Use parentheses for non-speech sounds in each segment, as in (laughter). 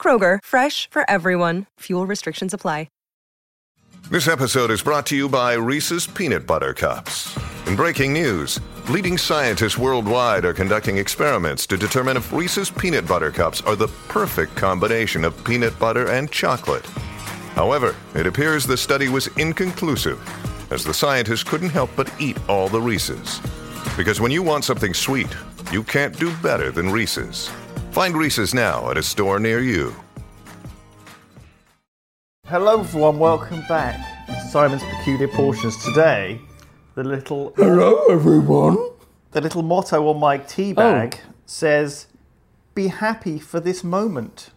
Kroger, fresh for everyone. Fuel restrictions apply. This episode is brought to you by Reese's Peanut Butter Cups. In breaking news, leading scientists worldwide are conducting experiments to determine if Reese's Peanut Butter Cups are the perfect combination of peanut butter and chocolate. However, it appears the study was inconclusive, as the scientists couldn't help but eat all the Reese's. Because when you want something sweet, you can't do better than Reese's. Find Reese's now at a store near you. Hello, everyone. Welcome back to Simon's Peculiar Portions. Today, the little Hello, everyone. the little motto on my Oh. tea bag says, "Be happy for this moment."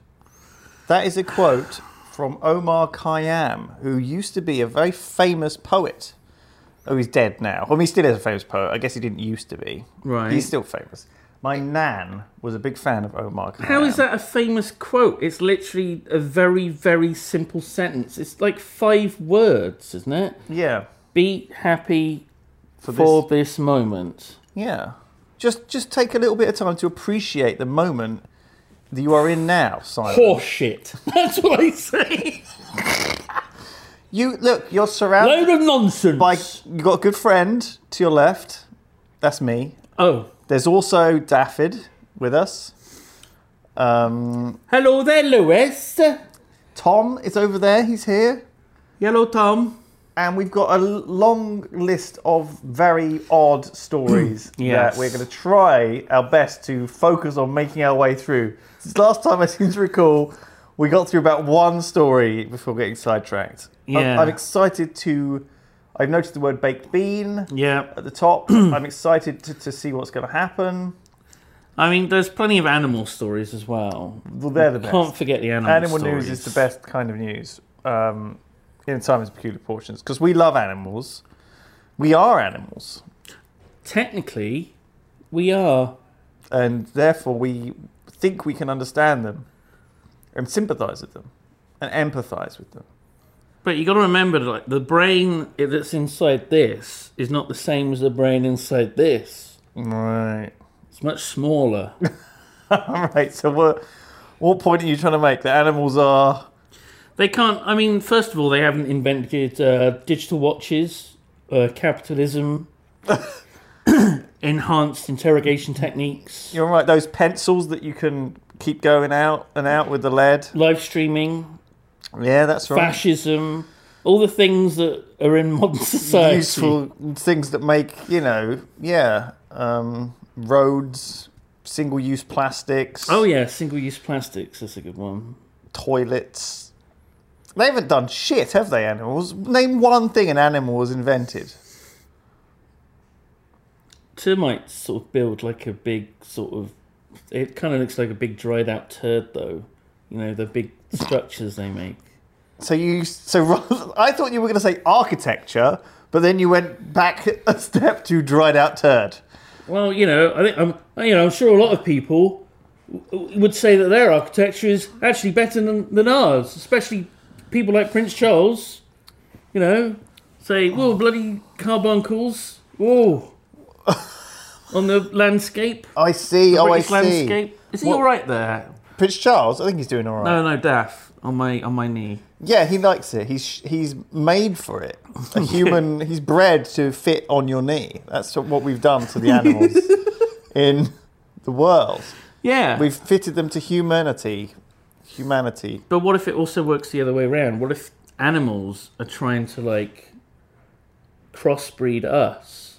That is a quote from Omar Khayyam, who used to be a very famous poet. Oh, he's dead now. Well, he still is a famous poet. I guess he didn't used to be. Right. He's still famous. My nan was a big fan of Omar Khayyam. How is that a famous quote? It's literally a very, very simple sentence. It's like five words, isn't it? Yeah. Be happy for, this- this. moment. Yeah. Just just take a little bit of time to appreciate the moment that you are in now, Simon. Horseshit. (laughs) That's what I say. You look, you're surrounded Load of nonsense. by you got a good friend to your left. That's me. oh, There's also Daffod with us. Um, hello there, Lewis. Tom is over there, he's here. Hello, Tom. And we've got a l- long list of very odd stories (clears throat) Yes. that we're going to try our best to focus on making our way through. Since last time (laughs) I seem to recall, we got through about one story before getting sidetracked. I'm- I'm, Yeah. excited to. I've noticed the word baked bean Yeah. at the top. (clears throat) I'm excited to, to see what's going to happen. I mean, there's plenty of animal stories as well. Well, they're the best. Can't forget the animal Animal stories. news is the best kind of news um, in Simon's Peculiar Portions because we love animals. We are animals. Technically, we are. and therefore we think we can understand them and sympathize with them and empathize with them. But you got to remember, like the brain that's inside this is not the same as the brain inside this. Right. It's much smaller. (laughs) All right. So what what point are you trying to make? That animals are they can't. I mean, first of all, they haven't invented uh, digital watches, uh, capitalism, (coughs) enhanced interrogation techniques, you're right. Those pencils that you can keep going out and out with the lead. live streaming, Yeah, that's right. fascism, all the things that are in modern society. Useful things that make you know. Yeah. Um, roads, single-use plastics. Oh yeah, single-use plastics. That's a good one. toilets. They haven't done shit, have they, animals? Name one thing an animal has invented. termites sort of build like a big sort of it kind of looks like a big dried out turd though you know the big structures they make So you, so (laughs) rather- I thought you were going to say architecture, but then you went back (laughs) a step to dried out turd. well you know i think i'm you know i'm sure a lot of people w- would say that their architecture is actually better than, than ours especially people like prince charles you know say whoa bloody carbuncles (laughs) whoa on the landscape I see. oh, I British see. landscape is he What- all right there Oh, Prince Charles, I think he's doing all right. no no daff on my on my knee Yeah, he likes it. He's he's made for it. (laughs) A human. he's bred to fit on your knee. That's what we've done to the (laughs) animals in the world. yeah We've fitted them to humanity. Humanity. But what if it also works the other way around? What if animals are trying to like crossbreed us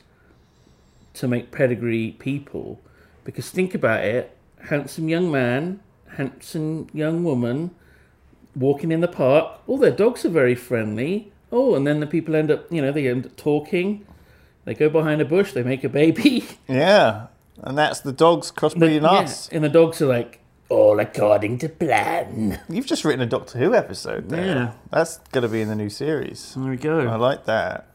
to make pedigree people? Because think about it handsome young man, handsome young woman walking in the park. Oh, their dogs are very friendly. Oh, and then the people end up, you know, they end up talking. They go behind a bush, they make a baby. Yeah, and that's the dogs crossbreeding (laughs) Yeah, us. And the dogs are like, all according to plan. You've just written a Doctor Who episode there. Yeah. That's going to be in the new series. There we go. I like that.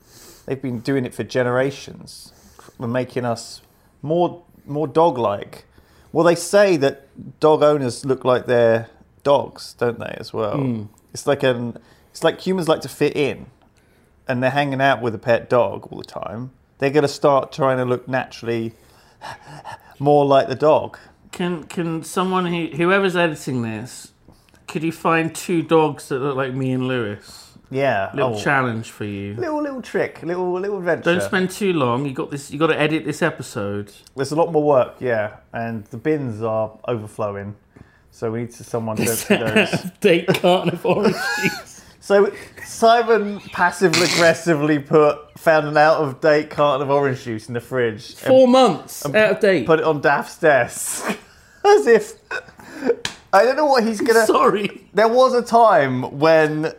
They've been doing it for generations, They're making us more more dog like. Well, they say that dog owners look like their dogs, don't they? As well, Hmm. it's like an it's like humans like to fit in, and they're hanging out with a pet dog all the time. They're going to start trying to look naturally (laughs) more like the dog. Can can someone who whoever's editing this, could you find two dogs that look like me and Lewis? Yeah, Little Oh. challenge for you. little little trick, little little adventure. Don't spend too long. You got this. You got to edit this episode. There's a lot more work, yeah, and the bins are overflowing, so we need to someone (laughs) to empty those. (laughs) Date carnivore. cheese. So Simon passively aggressively put found an out of date carton of orange juice in the fridge and (laughs) Four months out of date. put it on Daft's desk, (laughs) as if I don't know what he's gonna. Sorry. There was a time when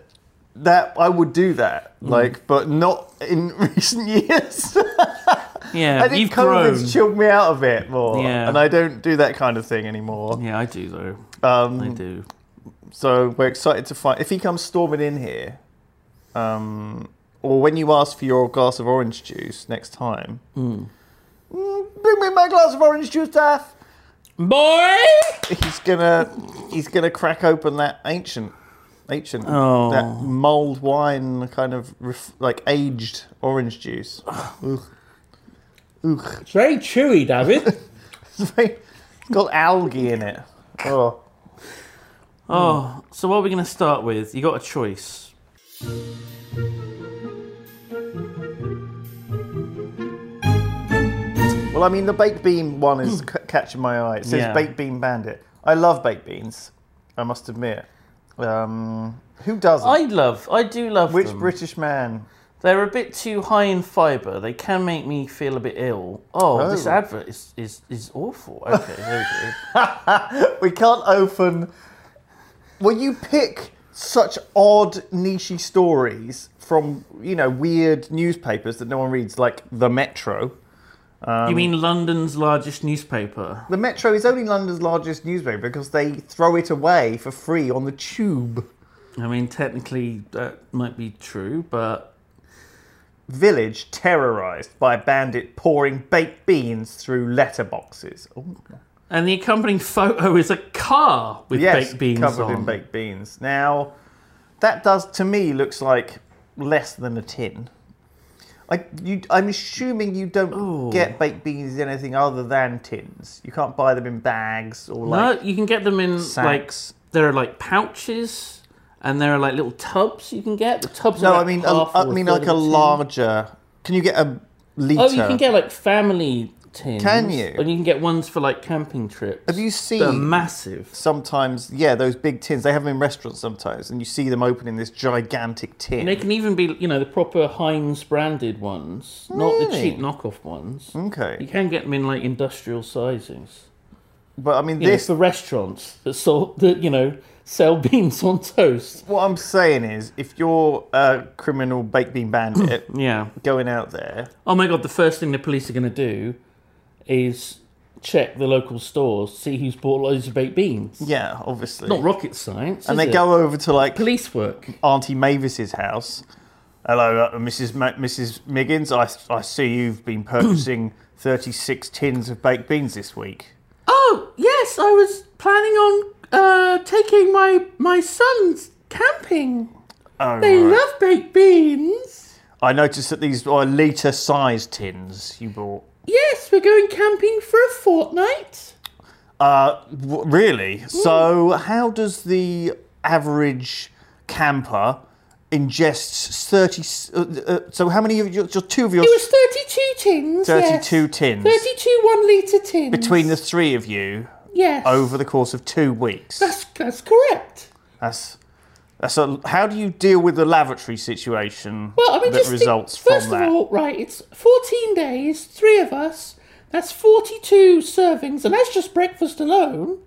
that I would do that, Mm. like, but not in (laughs) recent years. I Yeah, think you've grown. COVID's chilled me out a bit more, Yeah. and I don't do that kind of thing anymore. Yeah, I do though. Um, I do. So we're excited to find if he comes storming in here, um, or when you ask for your glass of orange juice next time. "Mm, bring me my glass of orange juice, Daff. Boy. He's gonna he's gonna crack open that ancient, ancient Oh. that mulled wine kind of ref, like aged orange juice. (laughs) Ugh. Ugh. It's very chewy, David. It's very- it's got algae in it. Oh. oh, (laughs) so what are we going to start with? You got a choice. Well, I mean, the baked bean one is c- catching my eye. It says Hmm. Yeah. baked bean bandit. I love baked beans. I must admit. Um, who doesn't? I love. I do love Which them. British man? They're a bit too high in fibre. They can make me feel a bit ill. Oh, this Oh. advert is, is, is awful. Okay, there we go. (laughs) We can't open. Well, you pick such odd, nichey stories from you know weird newspapers that no one reads, like the Metro. Um, you mean London's largest newspaper? The Metro is only London's largest newspaper because they throw it away for free on the tube. I mean, technically that might be true, but Village terrorized by a bandit pouring baked beans through letterboxes. Ooh. and the accompanying photo is a car with Yes, baked beans covered on. in baked beans. Now, that does to me looks like less than a tin. I, you, I'm assuming you don't get baked beans in anything other than tins. You can't buy them in bags or like. no, you can get them in sacks. like there are like pouches, and there are like little tubs you can get. The tubs. No, are I like mean, a, half I or mean third like of a tin. larger. Can you get a liter? Oh, you can get like family tins. Can you? And you can get ones for like camping trips. Have you seen? They're massive. sometimes, yeah, those big tins. They have them in restaurants sometimes, and you see them opening this gigantic tin. And they can even be, you know, the proper Heinz branded ones, not the Really? cheap knockoff ones. You Okay, can get them in like industrial sizings. but I mean, You know, this. for restaurants that sell, that you know, sell (laughs) beans on toast. What I'm saying is, if you're a criminal baked bean bandit (clears throat) Yeah. going out there, Oh my god! The first thing the police are going to do is check the local stores, see who's bought loads of baked beans. yeah, obviously, Not rocket science. and is they it? go over to like police work. Auntie Mavis's house. Hello, uh, Mrs. Ma- Mrs. Miggins. I, I see you've (clears throat) been purchasing 36 tins of baked beans this week. Oh yes, I was planning on uh, taking my my son's camping. Oh, They right. love baked beans. I noticed that these are litre sized tins you bought. Yes, we're going camping for a fortnight. Uh, w- really? So, how does the average camper ingests 30? s- Uh, uh, so, how many of your, just two of your It was thirty-two tins. 32 yes. tins Thirty-two one-liter tins. between the three of you yes. over the course of two weeks? That's that's correct. That's that's a, how do you deal with the lavatory situation Well, I mean, that just results think, first from that? of all, right? It's fourteen days, three of us. That's forty-two servings, and that's just breakfast (laughs) alone.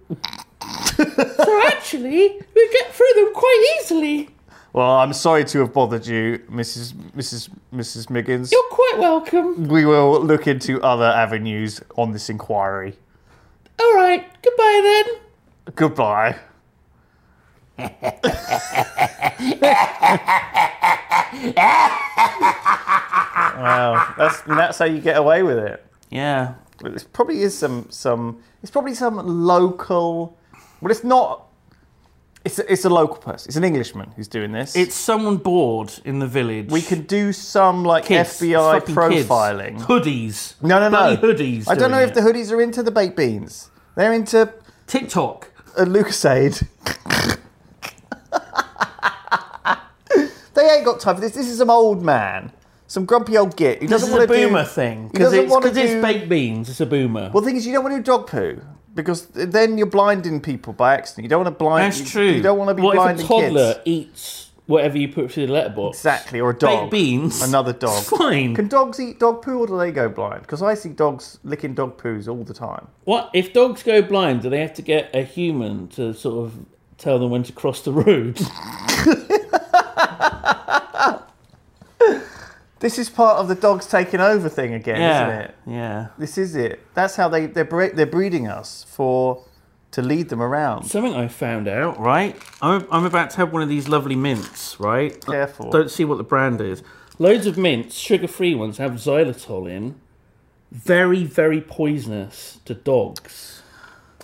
so actually, we get through them quite easily. well, I'm sorry to have bothered you, Mrs. Mrs. Mrs. Miggins. You're quite welcome. We will look into other avenues on this inquiry. All right, goodbye then. Goodbye. wow, that's and that's how you get away with it. Yeah. But This probably is some some. It's probably some local. Well, it's not. It's a, it's a local person. It's an Englishman who's doing this. It's someone bored in the village. we could do some like Kids. FBI Fucking kids. profiling. Hoodies. No, no, no. Bloody hoodies. I don't doing know if it. the hoodies are into the baked beans. They're into TikTok. a Lucasade. they ain't got time for this. This is some old man, some grumpy old git who This doesn't is want to a do boomer thing He because doesn't it's, want to 'cause it's do. baked beans. It's a boomer. well, the thing is, you don't want to do dog poo because then you're blinding people by accident. You don't want to blind. That's you- true. You don't want to be what blinding if a toddler kids. eats whatever you put through the letterbox? Exactly, or a dog. Baked beans. Another dog. It's (laughs) fine. Can dogs eat dog poo or do they go blind? Because I see dogs licking dog poos all the time. What if dogs go blind? Do they have to get a human to sort of tell them when to cross the road? (laughs) This is part of the dogs taking over thing again, isn't it? Yeah. This is it. That's how they they're bre- they're breeding us for to lead them around. Something I found out, right? I'm, I'm about to have one of these lovely mints, right? Careful. don't see what the brand is. Loads of mints, sugar free ones, have xylitol in. Very, very poisonous to dogs.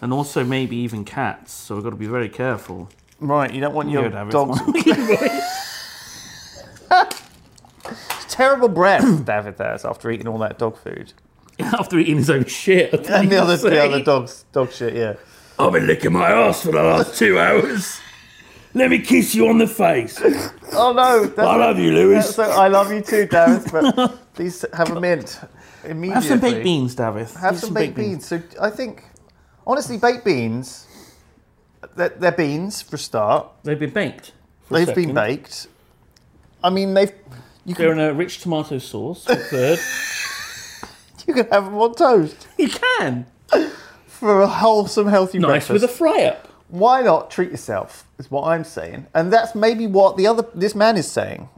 And also maybe even cats, so we've got to be very careful. Right, you don't want Here your it have it. dogs. (laughs) Terrible breath (clears throat) David has after eating all that dog food (laughs) After eating his own shit. (laughs) I and think the other you'd say. the other dogs dog shit. Yeah, I've been licking my ass for the last two hours. Let me kiss you on the face. Oh no, that's, I love you, Lewis. that's so, I love you too, David. But (laughs) please have a mint immediately. Have some baked beans, Davith. Have some, baked, beans. So I think honestly, baked beans. They're, they're beans for a start. They've been baked. for a They've been second. baked. I mean, they've. (laughs) You They're can, in a rich tomato sauce. for Third, you can have them on toast. (laughs) you can for a wholesome, healthy nice breakfast. with a fry up. Why not treat yourself? Is what I'm saying, and that's maybe what the other this man is Mm. saying.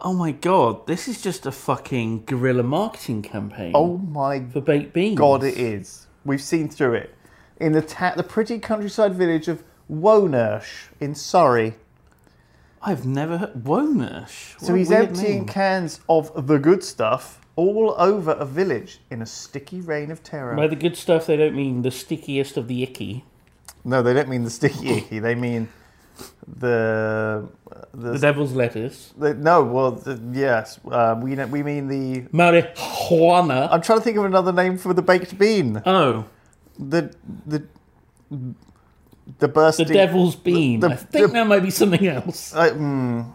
Oh my god, this is just a fucking guerrilla marketing campaign Oh my for baked beans. god, it is. We've seen through it in the ta- the pretty countryside village of Wonersh in Surrey. I've never heard Wonersh. So he's emptying cans of the good stuff all over a village in a sticky rain of terror. By the good stuff, they don't mean the stickiest of the icky. No, they don't mean the sticky (laughs) icky. They mean the The the, devil's lettuce, the- no. Well, the, yes, uh, we know- we mean the marijuana. I'm trying to think of another name for the baked bean. oh, The the the bursting. the devil's bean. the- I think the- that might be something else. I- mm.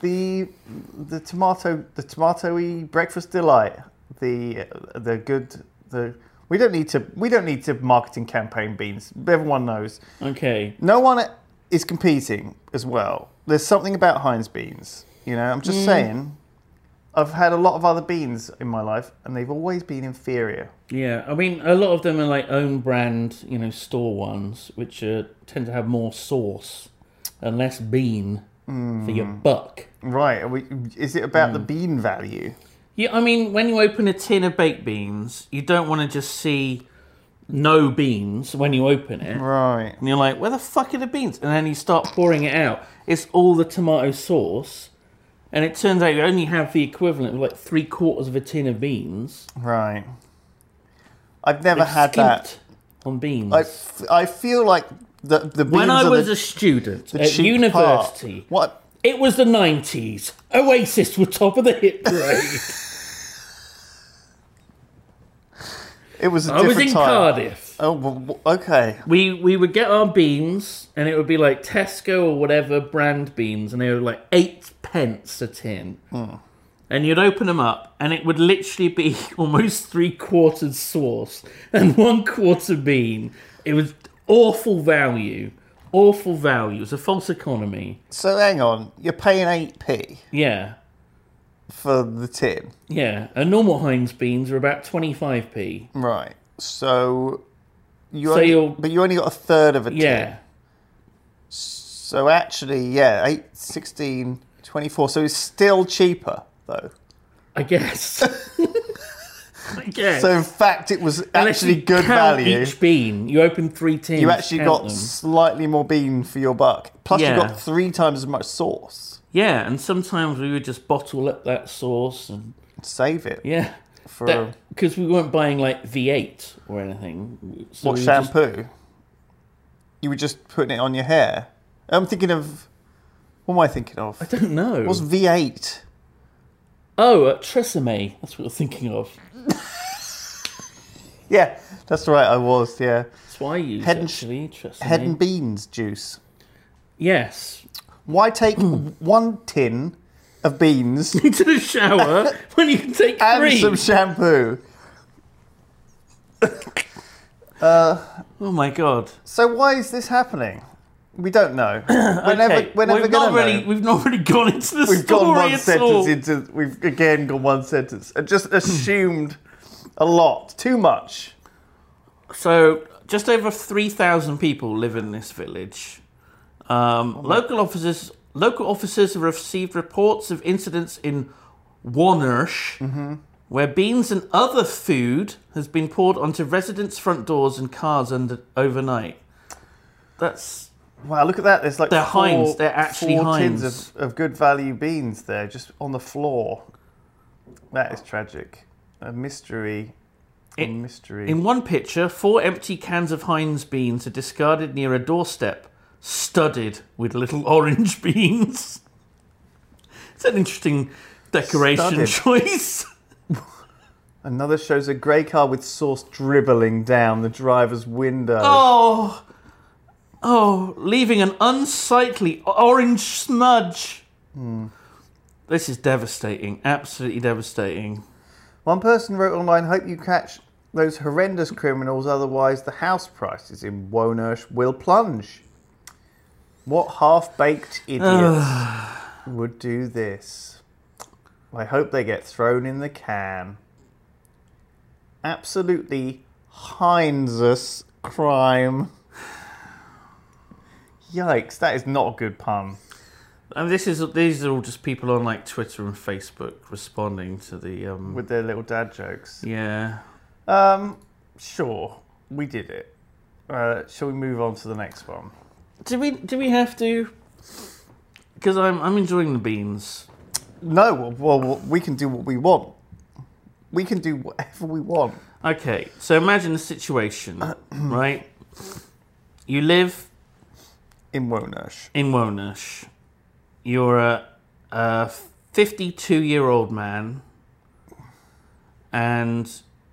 the the tomato the tomatoey breakfast delight. The the good the. We don't need to. We don't need to marketing campaign beans. Everyone knows. Okay. No one is competing as well. There's something about Heinz beans. You know, I'm just saying. I've had a lot of other beans in my life, and they've always been inferior. Yeah, I mean, a lot of them are like own brand, you know, store ones, which uh, tend to have more sauce and less bean for your Hmm. buck. Right. Are we, is it about the bean value? Yeah, I mean, when you open a tin of baked beans, you don't want to just see no beans when you open it. Right. And you're like, where the fuck are the beans? And then you start pouring it out. It's all the tomato sauce. And it turns out you only have the equivalent of like three quarters of a tin of beans. Right. I've never had that. Skimped on beans. I, f- I feel like the the beans when I are was the, a student the at cheap university, Part. What? it was the 90s. Oasis were top of the (laughs) hit parade. It was a I different was in time. Cardiff. Oh, w- w- okay. We we would get our beans, and it would be like Tesco or whatever brand beans, and they were like eight pence a tin. Hmm. And you'd open them up, and it would literally be (laughs) almost three quarters sauce and (laughs) one quarter bean. It was awful value. Awful value. It was a false economy. So hang on, you're paying eight p Yeah. for the tin, Yeah, a normal Heinz beans are about 25p. right? So you So only, you'll- but you only got a third of a tin. Yeah. So actually, yeah, eight, 16, (laughs) 24. So it's still cheaper though. I guess. Okay. So in fact, it was Unless actually you good count value. Each bean, you open three tins. you actually count got them. slightly more bean for your buck. Plus, Yeah. you got three times as much sauce. Yeah, and sometimes we would just bottle up that sauce and Save it. yeah, For- because we weren't buying like V8 or anything. So What we just- shampoo? You were just putting it on your hair. I'm thinking of. What am I thinking of? I don't know. What's V8? oh, uh, Tresemme. That's what I was thinking of. Yeah, that's right. I was. Yeah, That's why I use Head and sh- actually Tresemme. head and beans juice. yes. (laughs) Why take one tin of (laughs) beans Into the (laughs) shower when you can take and three. some shampoo? oh my god. So why is this happening? We don't (coughs) know. We're never. Okay, We're never we've gonna not really, know. We've not really gone into the We've story gone one at sentence all. into. We've again gone one sentence and (clears throat) just assumed a lot, too much. So, just over 3,000 people live in this village. Um, Oh, local officers local officers have received reports of incidents in Warnersh Mm-hmm. where beans and other food has been poured onto residents' front doors and cars under, overnight. That's Wow, look at that. There's like They're four, Heinz, they're actually four Heinz. tins of, of good value beans there, just on the floor. That is tragic. A mystery. A It- mystery. in one picture. Four empty cans of Heinz beans are discarded near a doorstep, studded with little (laughs) orange beans. It's an interesting decoration Studded. choice. Another shows a grey car with sauce dribbling down the driver's window. Oh, oh, leaving an unsightly orange smudge. This is devastating. Absolutely devastating. One person wrote online, hope you catch those horrendous criminals, otherwise the house prices in Wonersh will plunge. What half-baked idiots would do this? I hope they get thrown in the can. Absolutely Heinzus crime. Yikes, that is not a good pun. And this is these are all just people on like Twitter and Facebook responding to the um. With their little dad jokes. yeah. Um, sure, we did it. Uh, shall we move on to the next one? Do we do we have to? Because I'm I'm enjoying the beans. No, well, well, well, we can do what we want. We can do whatever we want. Okay, so imagine the situation, right? You live In Wonash. in Wonash. You're a, a 52 year old man, and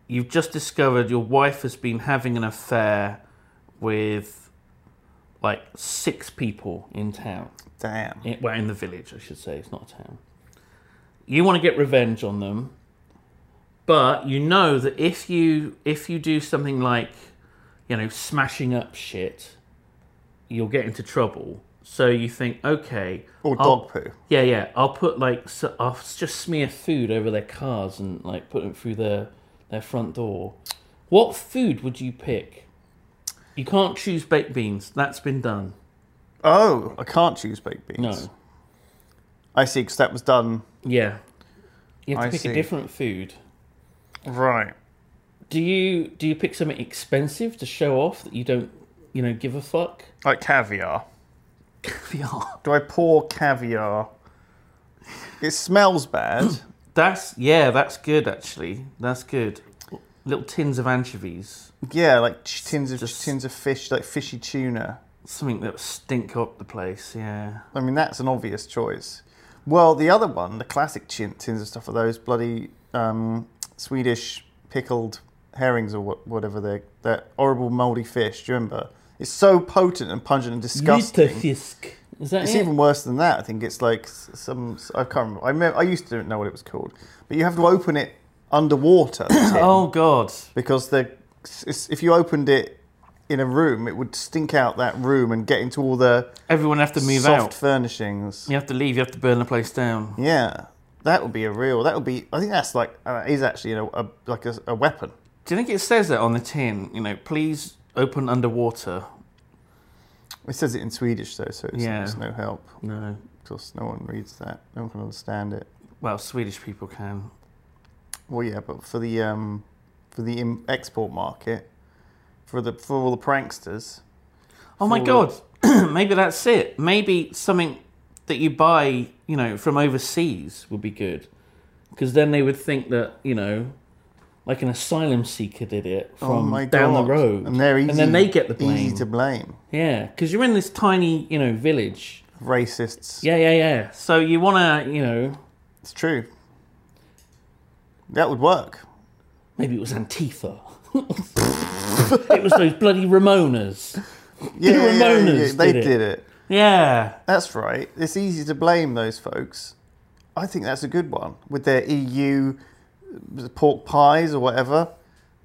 you've just discovered your wife has been having an affair with like six people in town. Damn. In, well, in the village, I should say. It's not a town. You want to get revenge on them, but you know that if you if you do something like, you know, smashing up shit, you'll get into trouble. So you think, okay, Or I'll- dog poo. Yeah, yeah. I'll put like so I'll just smear food over their cars and like put it through their their front door. What food would you pick? You can't choose baked beans. That's been done. Oh, I can't choose baked beans. No. I see, because that was done. Yeah. You have to I pick see. a different food. Right. Do you do you pick something expensive to show off that you don't you know give a fuck? Like caviar. Caviar. Do I pour caviar? It smells (coughs) bad. (laughs) That's yeah, that's good actually. That's good. Little tins of anchovies. yeah, like ch- tins of Just- tins of fish, like fishy tuna. Something that stink up the place, yeah. I mean, that's an obvious choice. Well, the other one, the classic chin, tins of stuff, are those bloody um, Swedish pickled herrings or what, whatever they're, that horrible mouldy fish. Do you remember? It's so potent and pungent and disgusting. Lutefisk. Is that It's it? even worse than that. I think it's like s- some. I can't remember. I, remember, I used to know what it was called, but you have to open it underwater the tin, (coughs) Oh god. because the it's- if you opened it in a room, it would stink out that room and get into all the Everyone have to move soft out. furnishings. You have to leave, you have to burn the place down. Yeah, that would be a real. That would be. I think that's like uh, is actually a, a like a, a weapon. Do you think it says that on the tin? You know, please open underwater. It says it in Swedish though, so it's, Yeah. it's no help. No. Of course, no one reads that. No one can understand it. Well, Swedish people can. Well, yeah, but for the um, for the im- export market, for the for all the pranksters, Oh my god. (clears throat) Maybe that's it. Maybe something that you buy, you know, from overseas would be good. Because then they would think that, you know, like an asylum seeker did it from oh my down God. the road. and they're easy, then they get the blame. easy to blame. Yeah, because you're in this tiny, you know, village. Racists. Yeah, yeah, yeah. So you want to, you know, It's true. That would work. (laughs) maybe it was (laughs) Antifa. it was those bloody (laughs) Ramonas. Yeah, yeah, yeah, Ramonas yeah, They did it. did it. Yeah. That's right. It's easy to blame those folks. I think that's a good one with their E EU pork pies or whatever.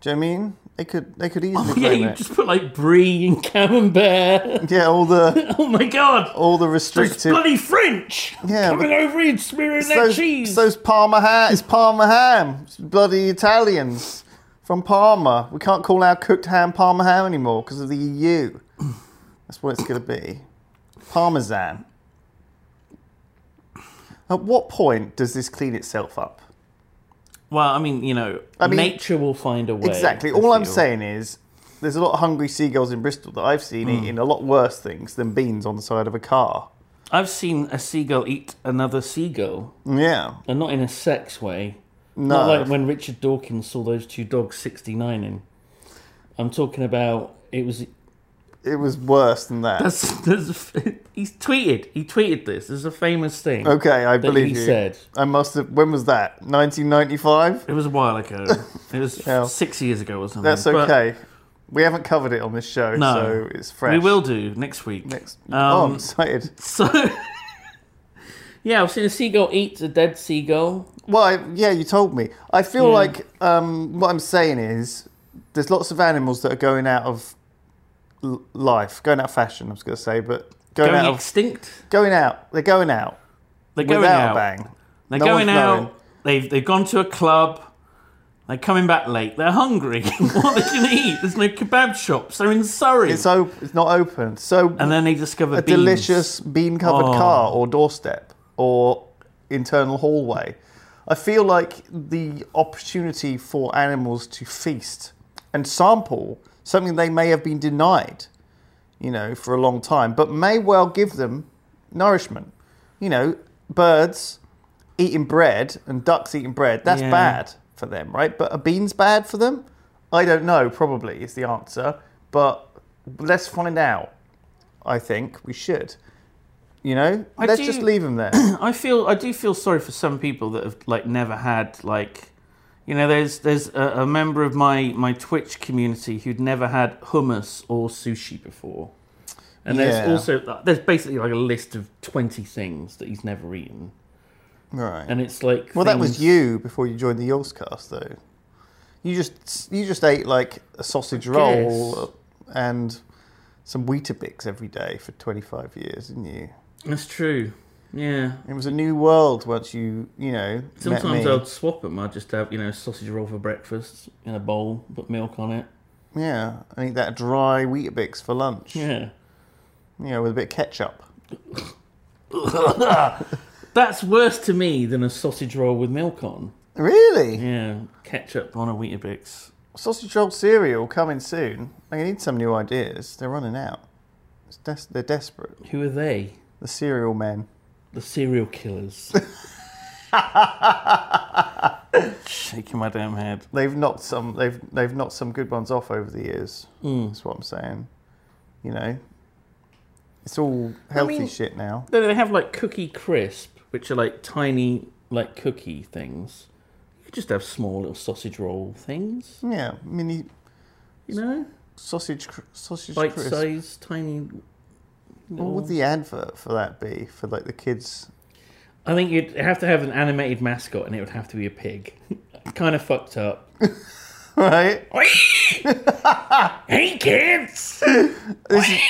Do you know what I mean? They could they could easily Oh, yeah, blame you it. just put like Brie (laughs) and Camembert. Yeah, all the Oh my god. (laughs) all the It's restricted. bloody French Yeah, coming but- over here and smearing It's that those, cheese. it's those Parma ham. It's Parma ham. It's bloody Italians from Parma. We can't call our cooked ham Parma ham anymore because of the EU. That's what it's going to be. Parmesan. At what point does this clean itself up? well, I mean, you know, mean- nature will find a way. Exactly. I All I'm feel. saying is there's a lot of hungry seagulls in Bristol that I've seen Hmm. eating a lot worse things than beans on the side of a car. I've seen a seagull eat another seagull, Yeah. and not in a sex way. No. Not like when Richard Dawkins saw those two dogs 69 in. I'm talking about it was. it was worse than that. That's, that's, (laughs) he's tweeted. He tweeted this. There's a famous thing. okay, I that believe he you. said. I must have. When was that? 1995. It was a while ago. It (laughs) was Yeah. six years ago or something. That's But okay. we haven't covered it on this show, No. so it's fresh. We will do next week. Next. oh, I'm Um, excited. So, (laughs) yeah, I've seen a seagull eat a dead seagull. Well, I, yeah, you told me. I feel Yeah. like um, what I'm saying is there's lots of animals that are going out of l- life, going out of fashion. I was going to say, but going, Going out, of, extinct. going out. They're going out They're going without out. a bang. They're No going one's out. knowing. They've they've gone to a club. They're coming back late. They're hungry. (laughs) what are they going to eat? There's no kebab shops. They're in Surrey. It's op- It's not open. So and then they discover a beans. delicious bean-covered Oh. car or doorstep or internal hallway. I feel like the opportunity for animals to feast and sample something they may have been denied, you know, for a long time, but may well give them nourishment. You know, birds eating bread and ducks eating bread, that's Yeah. bad for them, right? But are beans bad for them? I don't know, probably is the answer, but let's find out. I think we should. You know, I let's do- just leave (coughs) them there. I feel I do feel sorry for some people that have like never had like, you know, there's there's a, a member of my my Twitch community who'd never had hummus or sushi before, and there's Yeah. also there's basically like a list of twenty things that he's never eaten, right. and it's like well, that was things- you before you joined the Yorscast, though. You just you just ate like a sausage roll and some Weetabix every day for 25 years, didn't you? That's true. Yeah. It was a new world once you you know met Sometimes me. I'd swap them. I'd just have you know sausage roll for breakfast in a bowl, put milk on it. Yeah, I eat that dry Weetabix for lunch. Yeah. You know, with a bit of ketchup. That's worse to me than a sausage roll with milk on. Really? Yeah, ketchup on a Weetabix. Sausage roll cereal coming soon. They need some new ideas. They're running out. It's des- they're desperate. Who are they? The cereal men. The serial (laughs) killers. Shaking my damn head. They've knocked some. They've they've knocked some good ones off over the years. Hmm. That's what I'm saying. You know, it's all healthy mean- shit now. Then they have like cookie crisp, which are like tiny like cookie things. You could just have small little sausage roll things, Yeah, mini you know, sausage cr- sausage bite crisp. sized tiny. What would the advert for that be for like the kids? (laughs) I think you'd have to have an animated mascot, and it would have to be a pig. (laughs) kind of fucked up. Right? hey kids! This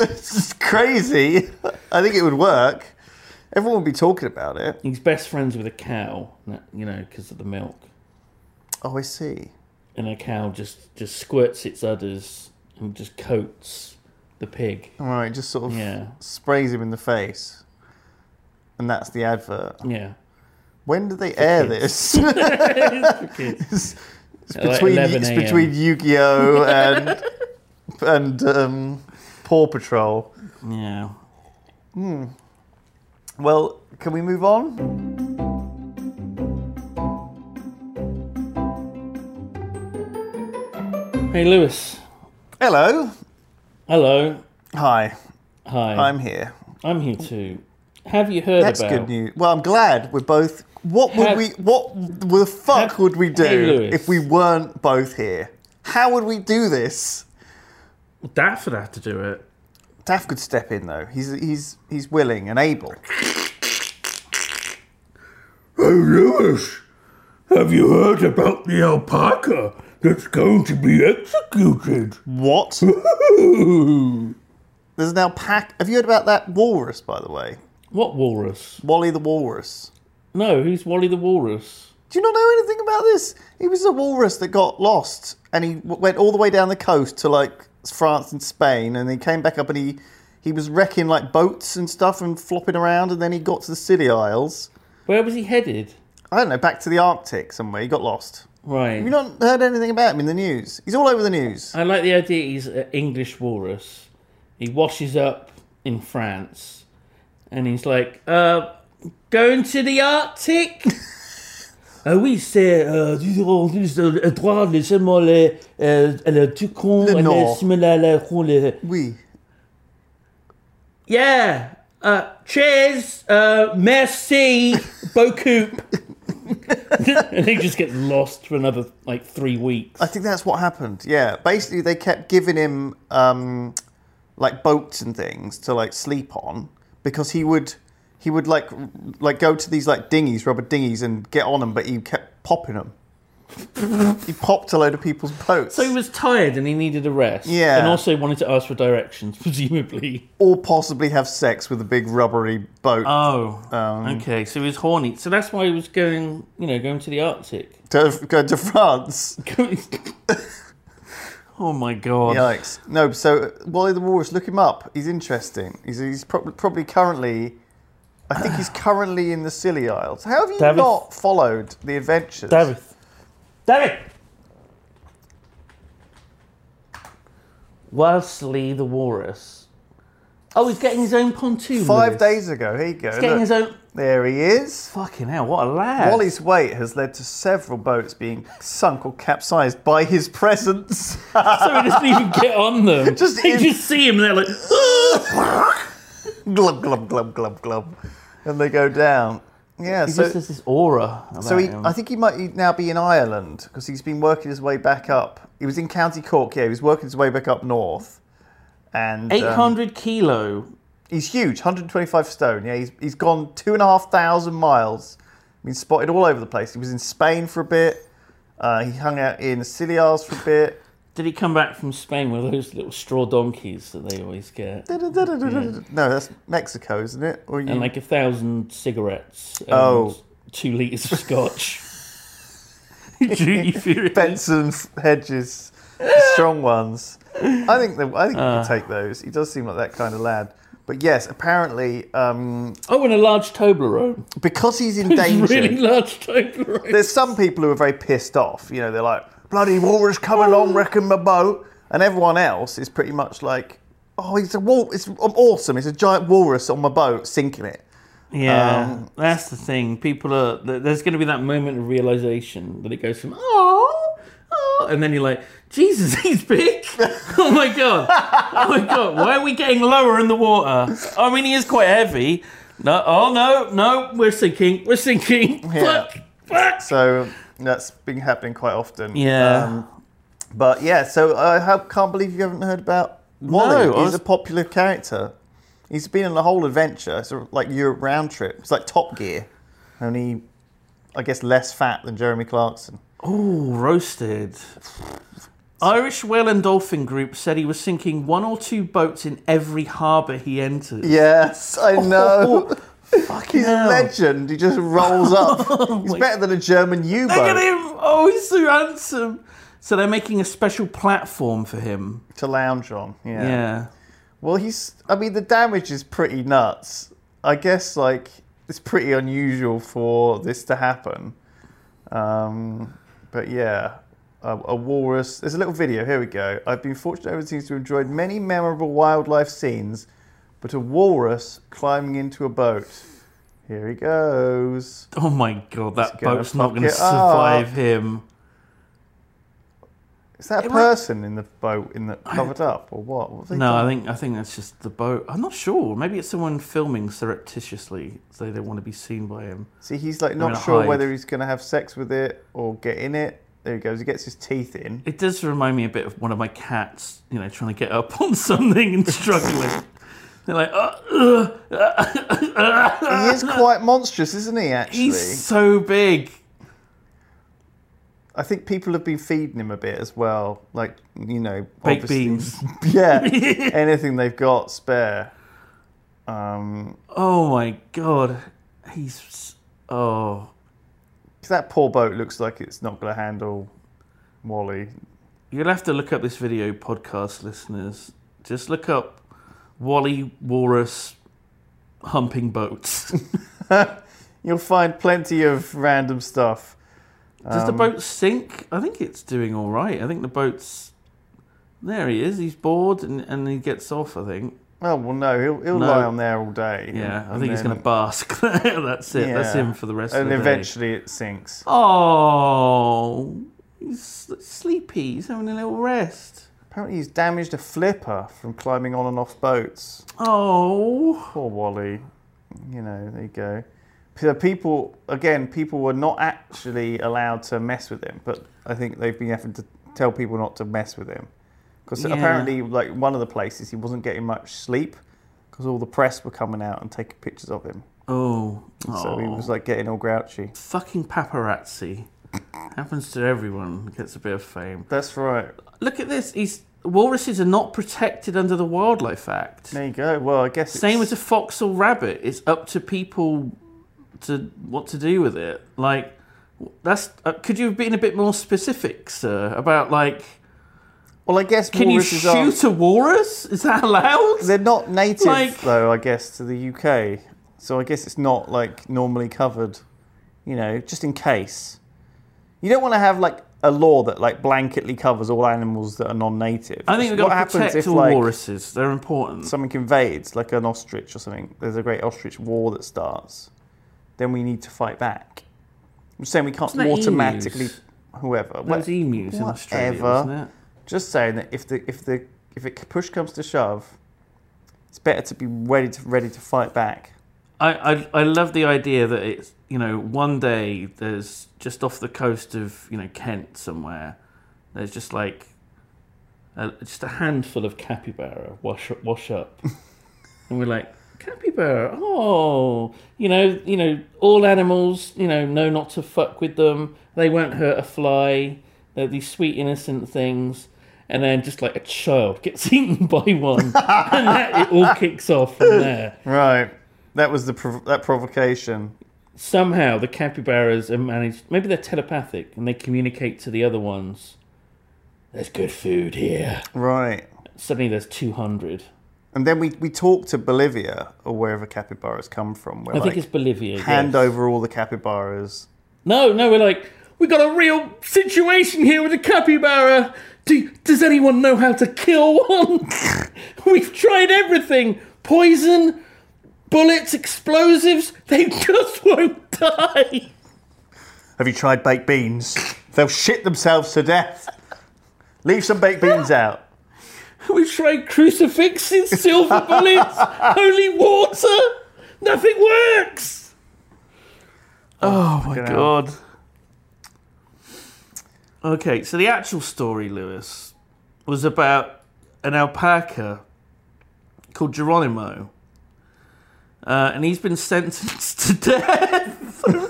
is crazy. (laughs) I think it would work. Everyone would be talking about it. He's best friends with a cow, you know, because of the milk. Oh, I see. and a cow just just squirts its udders and just coats the pig. All right, just sort of Yeah, sprays him in the face, and that's the advert. yeah. When do they air (laughs) this? it's, it's At, (laughs) like, between 11 it's a.m.. (laughs) between Yu-Gi-Oh and and um, Paw Patrol. Yeah. Well, can we move on? Hey, Lewis. Hello. Hello. Hi. Hi. I'm here. I'm here too. Have you heard That's about? good news. Well, I'm glad we're both. What would Have- we? What the fuck Have- would we do Hey, Lewis. if we weren't both here? How would we do this? Daft would have to do it. Daff could step in though. He's he's he's willing and able. Hey, Lewis, Oh, have you heard about the alpaca that's going to be executed? What? There's an alpaca. Have you heard about that walrus, by the way? What walrus? Wally the walrus. No, who's Wally the walrus? Do you not know anything about this? He was a walrus that got lost, and he w- went all the way down the coast to like France and Spain, and he came back up, and he he was wrecking like boats and stuff and flopping around, and then he got to the Scilly Isles. Where was he headed? I don't know, back to the Arctic somewhere. He got lost. Right. Have you not heard anything about him in the news? He's all over the news. I like the idea he's an English walrus. He washes up in France and he's like, uh, going to the Arctic? (laughs) Ah oui, c'est euh, du- du- du- du- droit, laissez-moi le, euh, le toucan, Le nord. laissez-moi la- la- le- We. Yeah. Uh, cheers. Uh, merci (laughs) beaucoup. and he just gets lost for another like three weeks. I think that's what happened. Yeah, basically they kept giving him um, like boats and things to like sleep on because he would he would like r- like go to these like dinghies, rubber dinghies, and get on them, but he kept popping them. he popped a load of people's boats, So he was tired and he needed a rest. Yeah. And also wanted to ask for directions, (laughs) presumably. or possibly have sex with a big rubbery boat Oh. okay. So he was horny. So that's why he was going, you know, going to the Arctic. to go to (laughs) France. (laughs) oh my god. Yikes! No, so uh, Wally the Walrus, look him up. He's interesting. He's, he's prob- probably currently, I think he's currently in the Scilly Isles. How have you David- not followed the adventures? David. David! Wellesley the Walrus. Oh, he's getting his own pontoon. Five Lewis. days ago, here you go. He's getting look. his own. There he is. Fucking hell, what a lad. Wally's weight has led to several boats being sunk or capsized by his presence. (laughs) (laughs) So he doesn't even get on them. Just they in- just see him, they're like, (gasps) glub, glub, glub, glub, glub. And they go down. Yeah, he so. just has this aura. About So he, him. I think he might he- now be in Ireland because he's been working his way back up. He was in County Cork, yeah. He was working his way back up north, and um, 800 kilo. he's huge, 125 stone. Yeah, he's he's gone two and a half thousand miles. Been spotted all over the place. He was in Spain for a bit. Uh, he hung out in the Scilly Isles for a (laughs) bit. Did he come back from Spain with those little straw donkeys that they always get? No, that's Mexico, isn't it? Or you, And like a thousand cigarettes. And Oh. Two litres of (laughs) scotch. (laughs) Duty Furious. Benson Hedges, (laughs) the strong ones. I think that I think Uh. you could take those. He does seem like that kind of lad. But yes, apparently. Um, Oh, and a large Toblerone. because he's (laughs) in It's danger. really large Toblerone. There's some people who are very pissed off. You know, they're like, "Bloody walrus coming (laughs) along, wrecking my boat," and everyone else is pretty much like, "Oh, it's a wal- it's awesome. It's a giant walrus on my boat, sinking it." Yeah, that's the thing. People are. th- There's going to be that moment of realization that it goes from oh, oh, and then you're like, Jesus, (laughs) he's big. oh my god. Oh my god. Why are we getting lower in the water? I mean, he is quite heavy. No. Oh no. No. We're sinking. We're sinking. Yeah. Fuck. Fuck. Um, So that's been happening quite often. Um, Yeah. but yeah, so I ha- can't believe you haven't heard about Wally. No, I he's was- a popular character. He's been on a whole adventure, sort of like Europe round trip. It's like Top Gear, only I guess less fat than Jeremy Clarkson. Ooh, roasted. Irish whale and dolphin group said he was sinking one or two boats in every harbour he entered. Yes, I know. Oh, Fucking He's hell. Oh a legend. He just rolls (laughs) up. He's better than a German U Look at boat him! Oh, he's so handsome. So they're making a special platform for him. to lounge on. Yeah. Yeah. Well, he's. I mean, the damage is pretty nuts. I guess, like, it's pretty unusual for this to happen. Um, but yeah, a, a walrus. There's a little video. Here we go. I've been fortunate ever since to have enjoyed many memorable wildlife scenes, but a walrus climbing into a boat. Here he goes. Oh my god, that gonna boat's not fuck going to it Ah. up. survive him. Is that a It wa- person in the boat in the covered up or what? What have they No, done? I think I think that's just the boat. I'm not sure. Maybe it's someone filming surreptitiously, so they don't want to be seen by him. See, he's like not gonna sure hide. whether he's going to have sex with it or get in it. There he goes. He gets his (laughs) teeth in. It does remind me a bit of one of my cats, you know, trying to get up (laughs) on something and struggling. They're like, "Uh, uh, He is quite monstrous, isn't he? Actually, he's so big. I think people have been feeding him a bit as well. Like you know, Baked obviously- beans. (laughs) (laughs) yeah, anything they've got spare. Um, Oh my god, he's s- oh 'cause that poor boat looks like it's not going to handle Wally. (laughs) You'll have to look up this video, podcast listeners. Just look up Wally Walrus humping boats. (laughs) Does You'll find plenty of random stuff. the Um, boat sink? I think it's doing all right. I think the boat's. There he is. He's bored and, and he gets off, I think. Oh well, no, he'll he'll No. lie on there all day. Yeah, I and think he's then- going to bask. (laughs) That's it. That's yeah. him for the rest And of the day. eventually it sinks. Oh, he's sleepy. He's having a little rest. Apparently, he's damaged a flipper from climbing on and off boats. Oh. Poor Wally. You know, there you go. So people, again, people were not actually allowed to mess with him, but I think they've been having to tell people not to mess with him. Because Yeah. apparently, like, one of the places he wasn't getting much sleep because all the press were coming out and taking pictures of him. Oh. So he Oh. was, like, getting all grouchy. fucking paparazzi. Happens to everyone. Gets a bit of fame. That's right. Look at this. He's walruses are not protected under the Wildlife Act. There you go. Well, I guess Same as it's- a fox or rabbit. It's up to people to what to do with it. Like that's. Uh, could you have been a bit more specific, sir? About like, Well, I guess can walruses you aren't- shoot a walrus? Is that allowed? They're not native, Like- though, I guess, to the UK. So I guess it's not like normally covered, you know, just in case. You don't want to have like a law that like blanketly covers all animals that are non native. I think we've got what to happens protect if all like walruses. They're important. something invades, like an ostrich or something. There's a great ostrich war that starts. Then we need to fight back. I'm saying we can't Isn't that automatically, emus? whoever. Well, Those emus in Australia, whatever. isn't it? just saying that if the if the if it push comes to shove, it's better to be ready to ready to fight back. I, I I love the idea that it's you know one day there's just off the coast of you know Kent somewhere there's just like a, just a handful of capybara wash up, wash (laughs) up and we're like capybara oh you know you know all animals you know know not to fuck with them they won't hurt a fly they're these sweet innocent things and then just like a child (laughs) gets eaten by one (laughs) and that, it all kicks off from there Right. That was the prov- that provocation. somehow the capybaras are managed. Maybe they're telepathic and they communicate to the other ones. There's good food here. Right. Suddenly there's 200. And then we, we talked to Bolivia or wherever capybaras come from. We're I like, think it's Bolivia. hand yes. over all the capybaras. No, no, we're like, we got a real situation here with a capybara. Do, does anyone know how to kill one? (laughs) We've tried everything poison, bullets, explosives. They (laughs) just won't die. Have you tried baked beans? They'll shit themselves to death. Leave some baked beans (laughs) out. We tried crucifixes, (laughs) silver bullets, holy water. Nothing works. Oh, my hell. god. Okay, so the actual story, Lewis, was about an alpaca called Geronimo. Uh, and he's been sentenced (laughs) to death.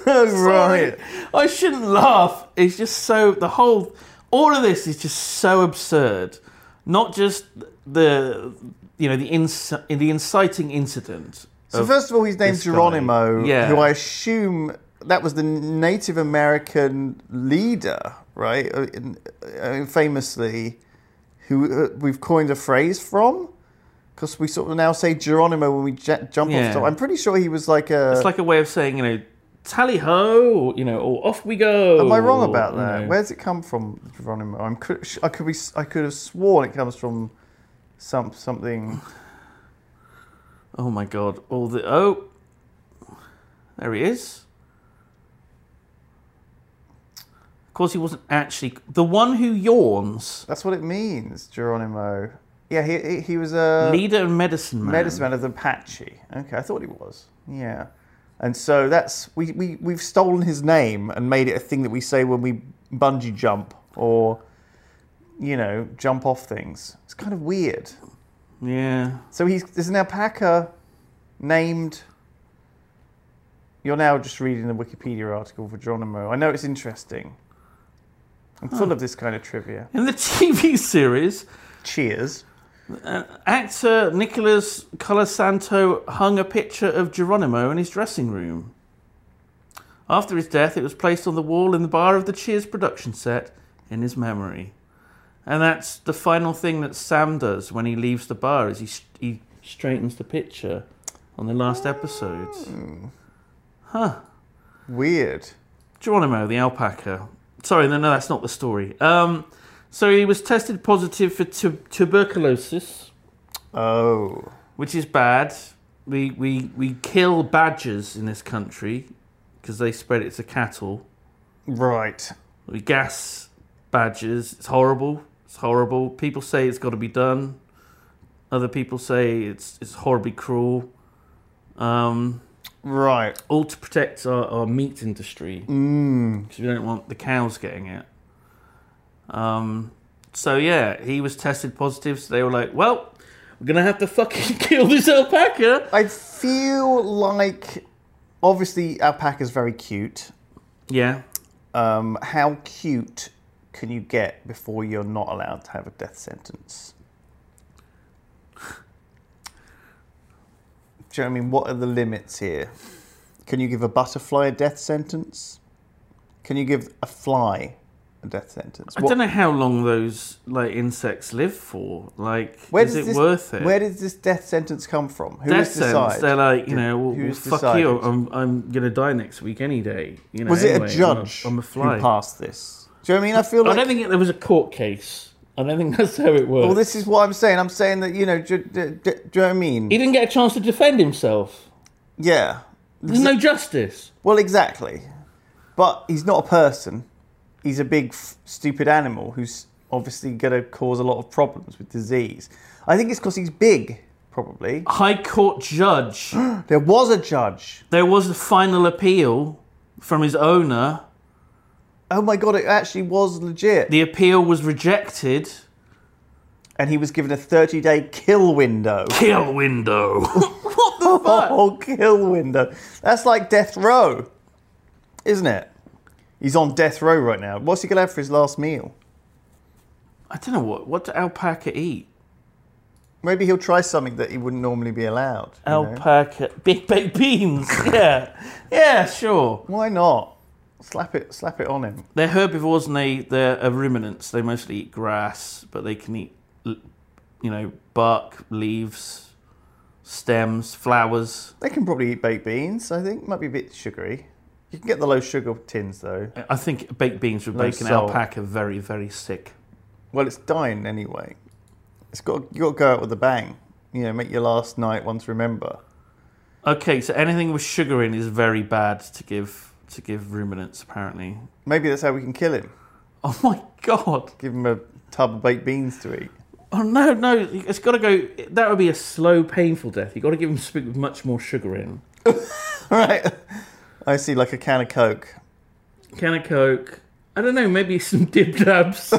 Sorry. right. I shouldn't laugh. It's just so the whole all of this is just so absurd. Not just the you know the inci- the inciting incident. So first of all, he's named this guy. Geronimo, Yeah. who I assume that was the Native American leader, right? Uh, in- uh, Famously, who uh, we've coined a phrase from. Because we sort of now say Geronimo when we j- jump Yeah. off the top. I'm pretty sure he was like a. It's like a way of saying, you know, tally ho, or, you know, or off we go. Am I wrong or, about you that? know. Where's it come from, Geronimo? I'm, cr- sh- I could be, s- I could have sworn it comes from some something. Oh my god! All the oh, there he is. Of course, he wasn't actually the one who yawns. That's what it means, Geronimo. Yeah, he he, he was a Leader and medicine man. medicine man of the Apache. Okay, I thought he was. Yeah, and so that's we we we've stolen his name and made it a thing that we say when we bungee jump or, you know, jump off things. It's kind of weird. Yeah. So he's there's an alpaca named. You're now just reading the Wikipedia article for Geronimo. I know it's interesting. I'm full of this kind of trivia. (laughs) In the TV series, Cheers. actor Nicholas Colasanto hung a picture of Geronimo in his dressing room. After his death, it was placed on the wall in the bar of the Cheers production set in his memory. And that's the final thing that Sam does when he leaves the bar is he, s- he straightens the picture on the last episode. Weird. Geronimo, the alpaca. Sorry, no, no, that's not the story. Um, so he was tested positive for tu- tuberculosis. Oh. which is bad. We we we kill badgers in this country because they spread it to cattle. Right. We gas badgers. It's horrible. It's horrible. People say it's got to be done. Other people say it's it's horribly cruel. Um, Right. all to protect our, our meat industry because we don't want the cows getting it. Um, so yeah, he was tested positive. So they were like, "Well, we're gonna have to fucking (laughs) kill this alpaca." I feel like obviously alpaca's very cute. Yeah, Um, how cute can you get before you're not allowed to have a death sentence? Do you know what I mean? What are the limits here? Can you give a butterfly a death sentence? Can you give a fly a death sentence? I don't know how long those like insects live for. Like, Where is does it this- worth it? Where does this death sentence come from? Who Death has sense. decided? They're like, you know, well, well, Who's fuck decided? you. I'm I'm gonna die next week any day. You know. Was anyway, it a I'm judge I'm a fly. who passed this? Do you know what I mean? I feel I like don't think it, there was a court case. I don't think that's how it works. well, this is what I'm saying. I'm saying that you know. Do, do, do, do you know what I mean? He didn't get a chance to defend himself. yeah. There's no justice. Well, exactly. But he's not a person. He's a big f- stupid animal who's obviously going to cause a lot of problems with disease. I think it's because he's big, probably. High court judge. There was a judge. there was a final appeal from his owner. Oh my god, it actually was legit. The appeal was rejected. and he was given a 30-day kill window. Kill window. (laughs) Oh, kill window. That's like death row, isn't it? He's on death row right now. What's he gonna have for his last meal? I don't know what. What do alpaca eat? Maybe he'll try something that he wouldn't normally be allowed. you know? Alpaca, big (laughs) baked beans. (laughs) yeah, yeah, sure. Why not? Slap it, slap it on him. They're herbivores and they they're uh, ruminants. They mostly eat grass, but they can eat, l- you know, bark, leaves, stems, flowers. They can probably eat baked beans. I think might be a bit sugary. You can get the low sugar tins though. I- I think baked beans would No make an salt. alpaca very very sick. Well, it's dying anyway. It's got you got to go out with a bang. You know, make your last night one to remember. Okay, so anything with sugar in is very bad to give to give ruminants apparently. Maybe that's how we can kill him. Oh my (laughs) god. Give him a tub of baked beans to eat. (laughs) Oh no, no! It's got to go. That would be a slow, painful death. You got to give him something with much more sugar in. right. I see, like a can of Coke. Can of Coke. I don't know. Maybe some (laughs) dib dabs.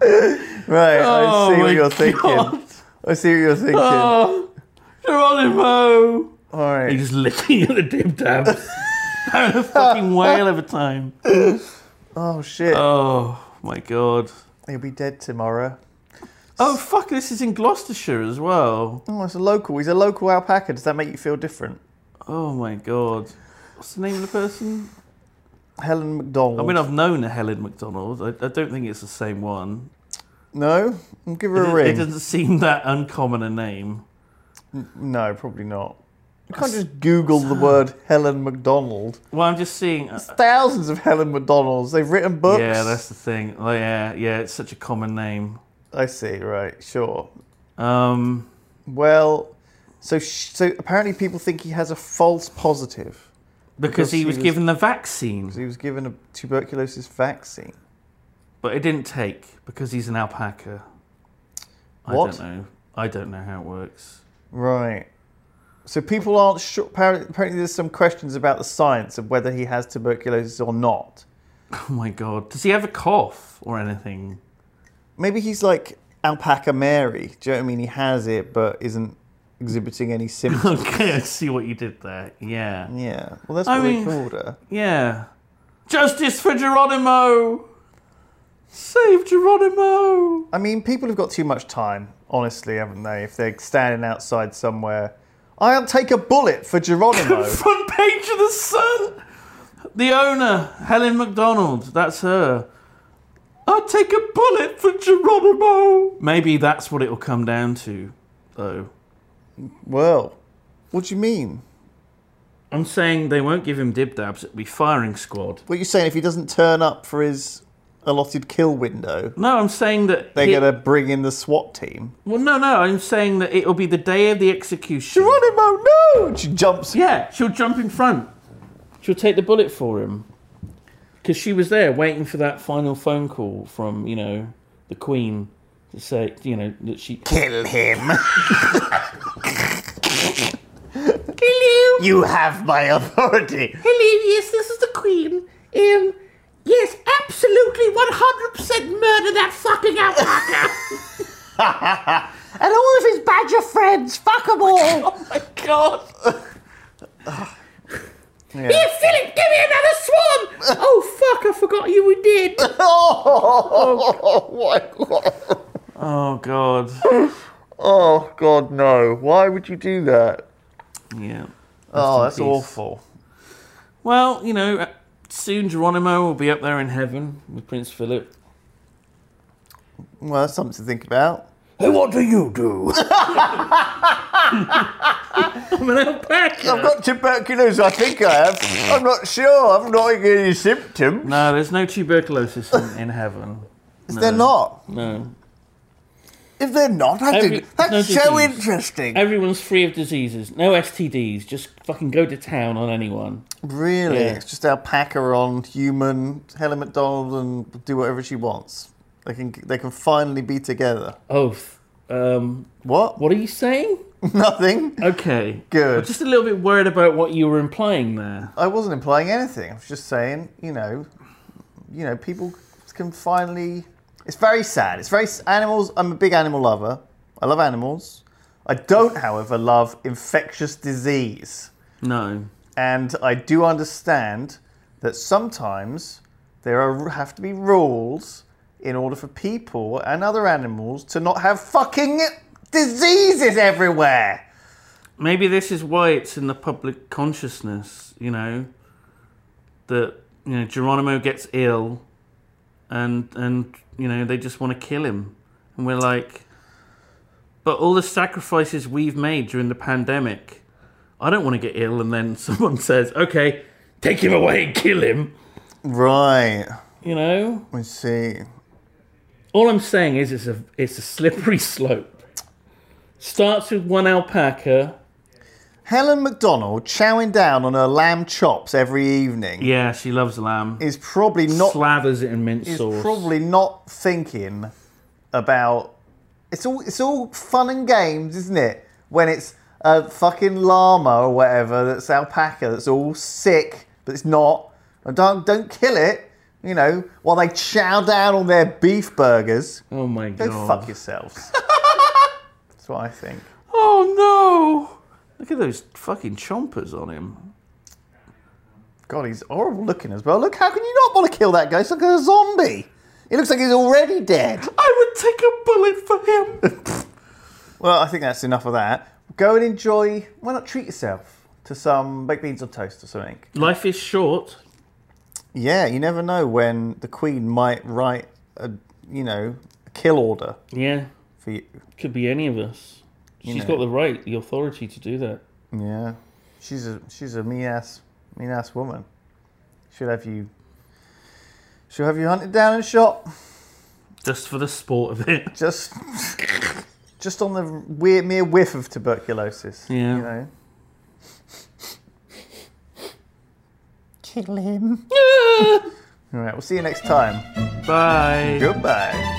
Right, I see Oh my what you're God. thinking. I see what you're thinking. oh, Geronimo! All right. He's just licking (laughs) at the dib dabs. Having a fucking whale of a time. oh shit, Oh my god. he'll be dead tomorrow. Oh fuck! This is in Gloucestershire as well. Oh, it's a local. He's a local alpaca. Does that make you feel different? Oh my god. What's the name of the person? Helen McDonald. I mean, I've known a Helen McDonald. I, I don't think it's the same one. No? I'll give her a It ring. doesn't seem that uncommon a name. No, probably not. You can't just Google the word Helen McDonald. Well, I'm just seeing. uh, Thousands of Helen McDonalds. They've written books. Yeah, that's the thing. Oh, yeah, yeah, it's such a common name. I see. Right. Sure. Um, Well, so sh- so apparently people think he has a false positive. because he he was, was- given the vaccine, He was given a tuberculosis vaccine. but it didn't take because he's an alpaca. I What? don't know. I don't know how it works. Right. So people aren't sure. Apparently, apparently there's some questions about the science of whether he has tuberculosis or not. Oh my god. Does he have a cough or anything? (laughs) Maybe he's like alpaca Mary. Do you know what I mean? He has it, but isn't exhibiting any symptoms. (laughs) Okay, I see what you did there. Yeah. yeah. Well, that's I what they mean- called her. Yeah. Justice for Geronimo! Save Geronimo! I mean, people have got too much time, honestly, haven't they? If they're standing outside somewhere, I'll take a bullet for (laughs) Geronimo. Front page of the Sun! The owner, Helen McDonald, that's her. I'd take a bullet for Geronimo! Maybe that's what it will come down to, though. well, what do you mean? I'm saying they won't give him dib dabs, it'll be firing squad. What are you saying? If he doesn't turn up for his allotted kill window, No, I'm saying that. they're he- going to bring in the SWAT team. Well, no, no, I'm saying that it'll be the day of the execution. Geronimo, no! She jumps. Yeah, she'll jump in front. She'll take the bullet for him. Because she was there waiting for that final phone call from, you know, the Queen to say, you know, that she. Kill him. (laughs) Kill you. You have my authority. Hello, yes, this is the Queen. Um, yes, absolutely 100% murder that fucking alpaca. (laughs) And all of his badger friends, fuck them all. (laughs) oh my god. (laughs) Yeah. Here, Philip, give me another swan. oh fuck, I forgot you were dead. (laughs) oh god. Oh God, no! Why would you do that? Yeah. Oh, that's peace. awful. Well, you know, uh, soon Geronimo will be up there in heaven with Prince Philip. Well, that's something to think about. Hey, what do you do? I'm an alpaca. I've got tuberculosis. I think I have. I'm not sure. I'm not getting any symptoms. No, there's no tuberculosis in, in heaven. If they're not, No. if they're not, I Every- think that's no so disease. interesting. Everyone's free of diseases. No STDs. Just fucking go to town on anyone. really, Yeah. it's just alpaca on human Helen McDonald and do whatever she wants. They can they can finally be together. Oh, f- um, What? what are you saying? (laughs) Nothing. Okay. Good. Uh, I'm just a little bit worried about what you were implying there. I wasn't implying anything. I was just saying, you know, you know, people can finally. It's very sad. It's very s- animals. I'm a big animal lover. I love animals. I don't, however, love infectious disease, No. and I do understand that sometimes there are have to be rules in order for people and other animals to not have fucking diseases everywhere. Maybe this is why it's in the public consciousness, you know, that, you know, Geronimo gets ill and, and you know, they just want to kill him. And we're like, but all the sacrifices we've made during the pandemic, I don't want to get ill. And then (laughs) someone says, okay, take him away and kill him, Right. you know? I see. All I'm saying is it's a it's a slippery (laughs) slope. Starts with one alpaca. Helen McDonald chowing down on her lamb chops every evening Yeah, she loves lamb. is probably not Slathers it in mint is sauce. probably not thinking about it's all it's all fun and games, isn't it? When it's a fucking llama or whatever that's alpaca that's all sick, but it's not. And don't don't kill it, you know, while they chow down on their beef burgers. oh my Go god. fuck (laughs) yourselves. that's what I think. Oh no! Look at those fucking chompers on him. God, he's horrible looking as well. Look, how can you not want to kill that guy? He's like a zombie. He looks like he's already dead. I would take a bullet for him. (laughs) Well, I think that's enough of that. Go and enjoy. Why not treat yourself to some baked beans on toast or something? Life is short. Yeah, you never know when the Queen might write a, you know, a kill order Yeah, for you. could be any of us. She's know. got the right, the authority to do that. Yeah, she's a she's a mean ass mean ass woman. She'll have you. She'll have you hunted down and shot. Just for the sport of it. Just, just on the weird mere whiff of tuberculosis. Yeah. You know. Kill him. All right. We'll see you next time. Bye. Goodbye.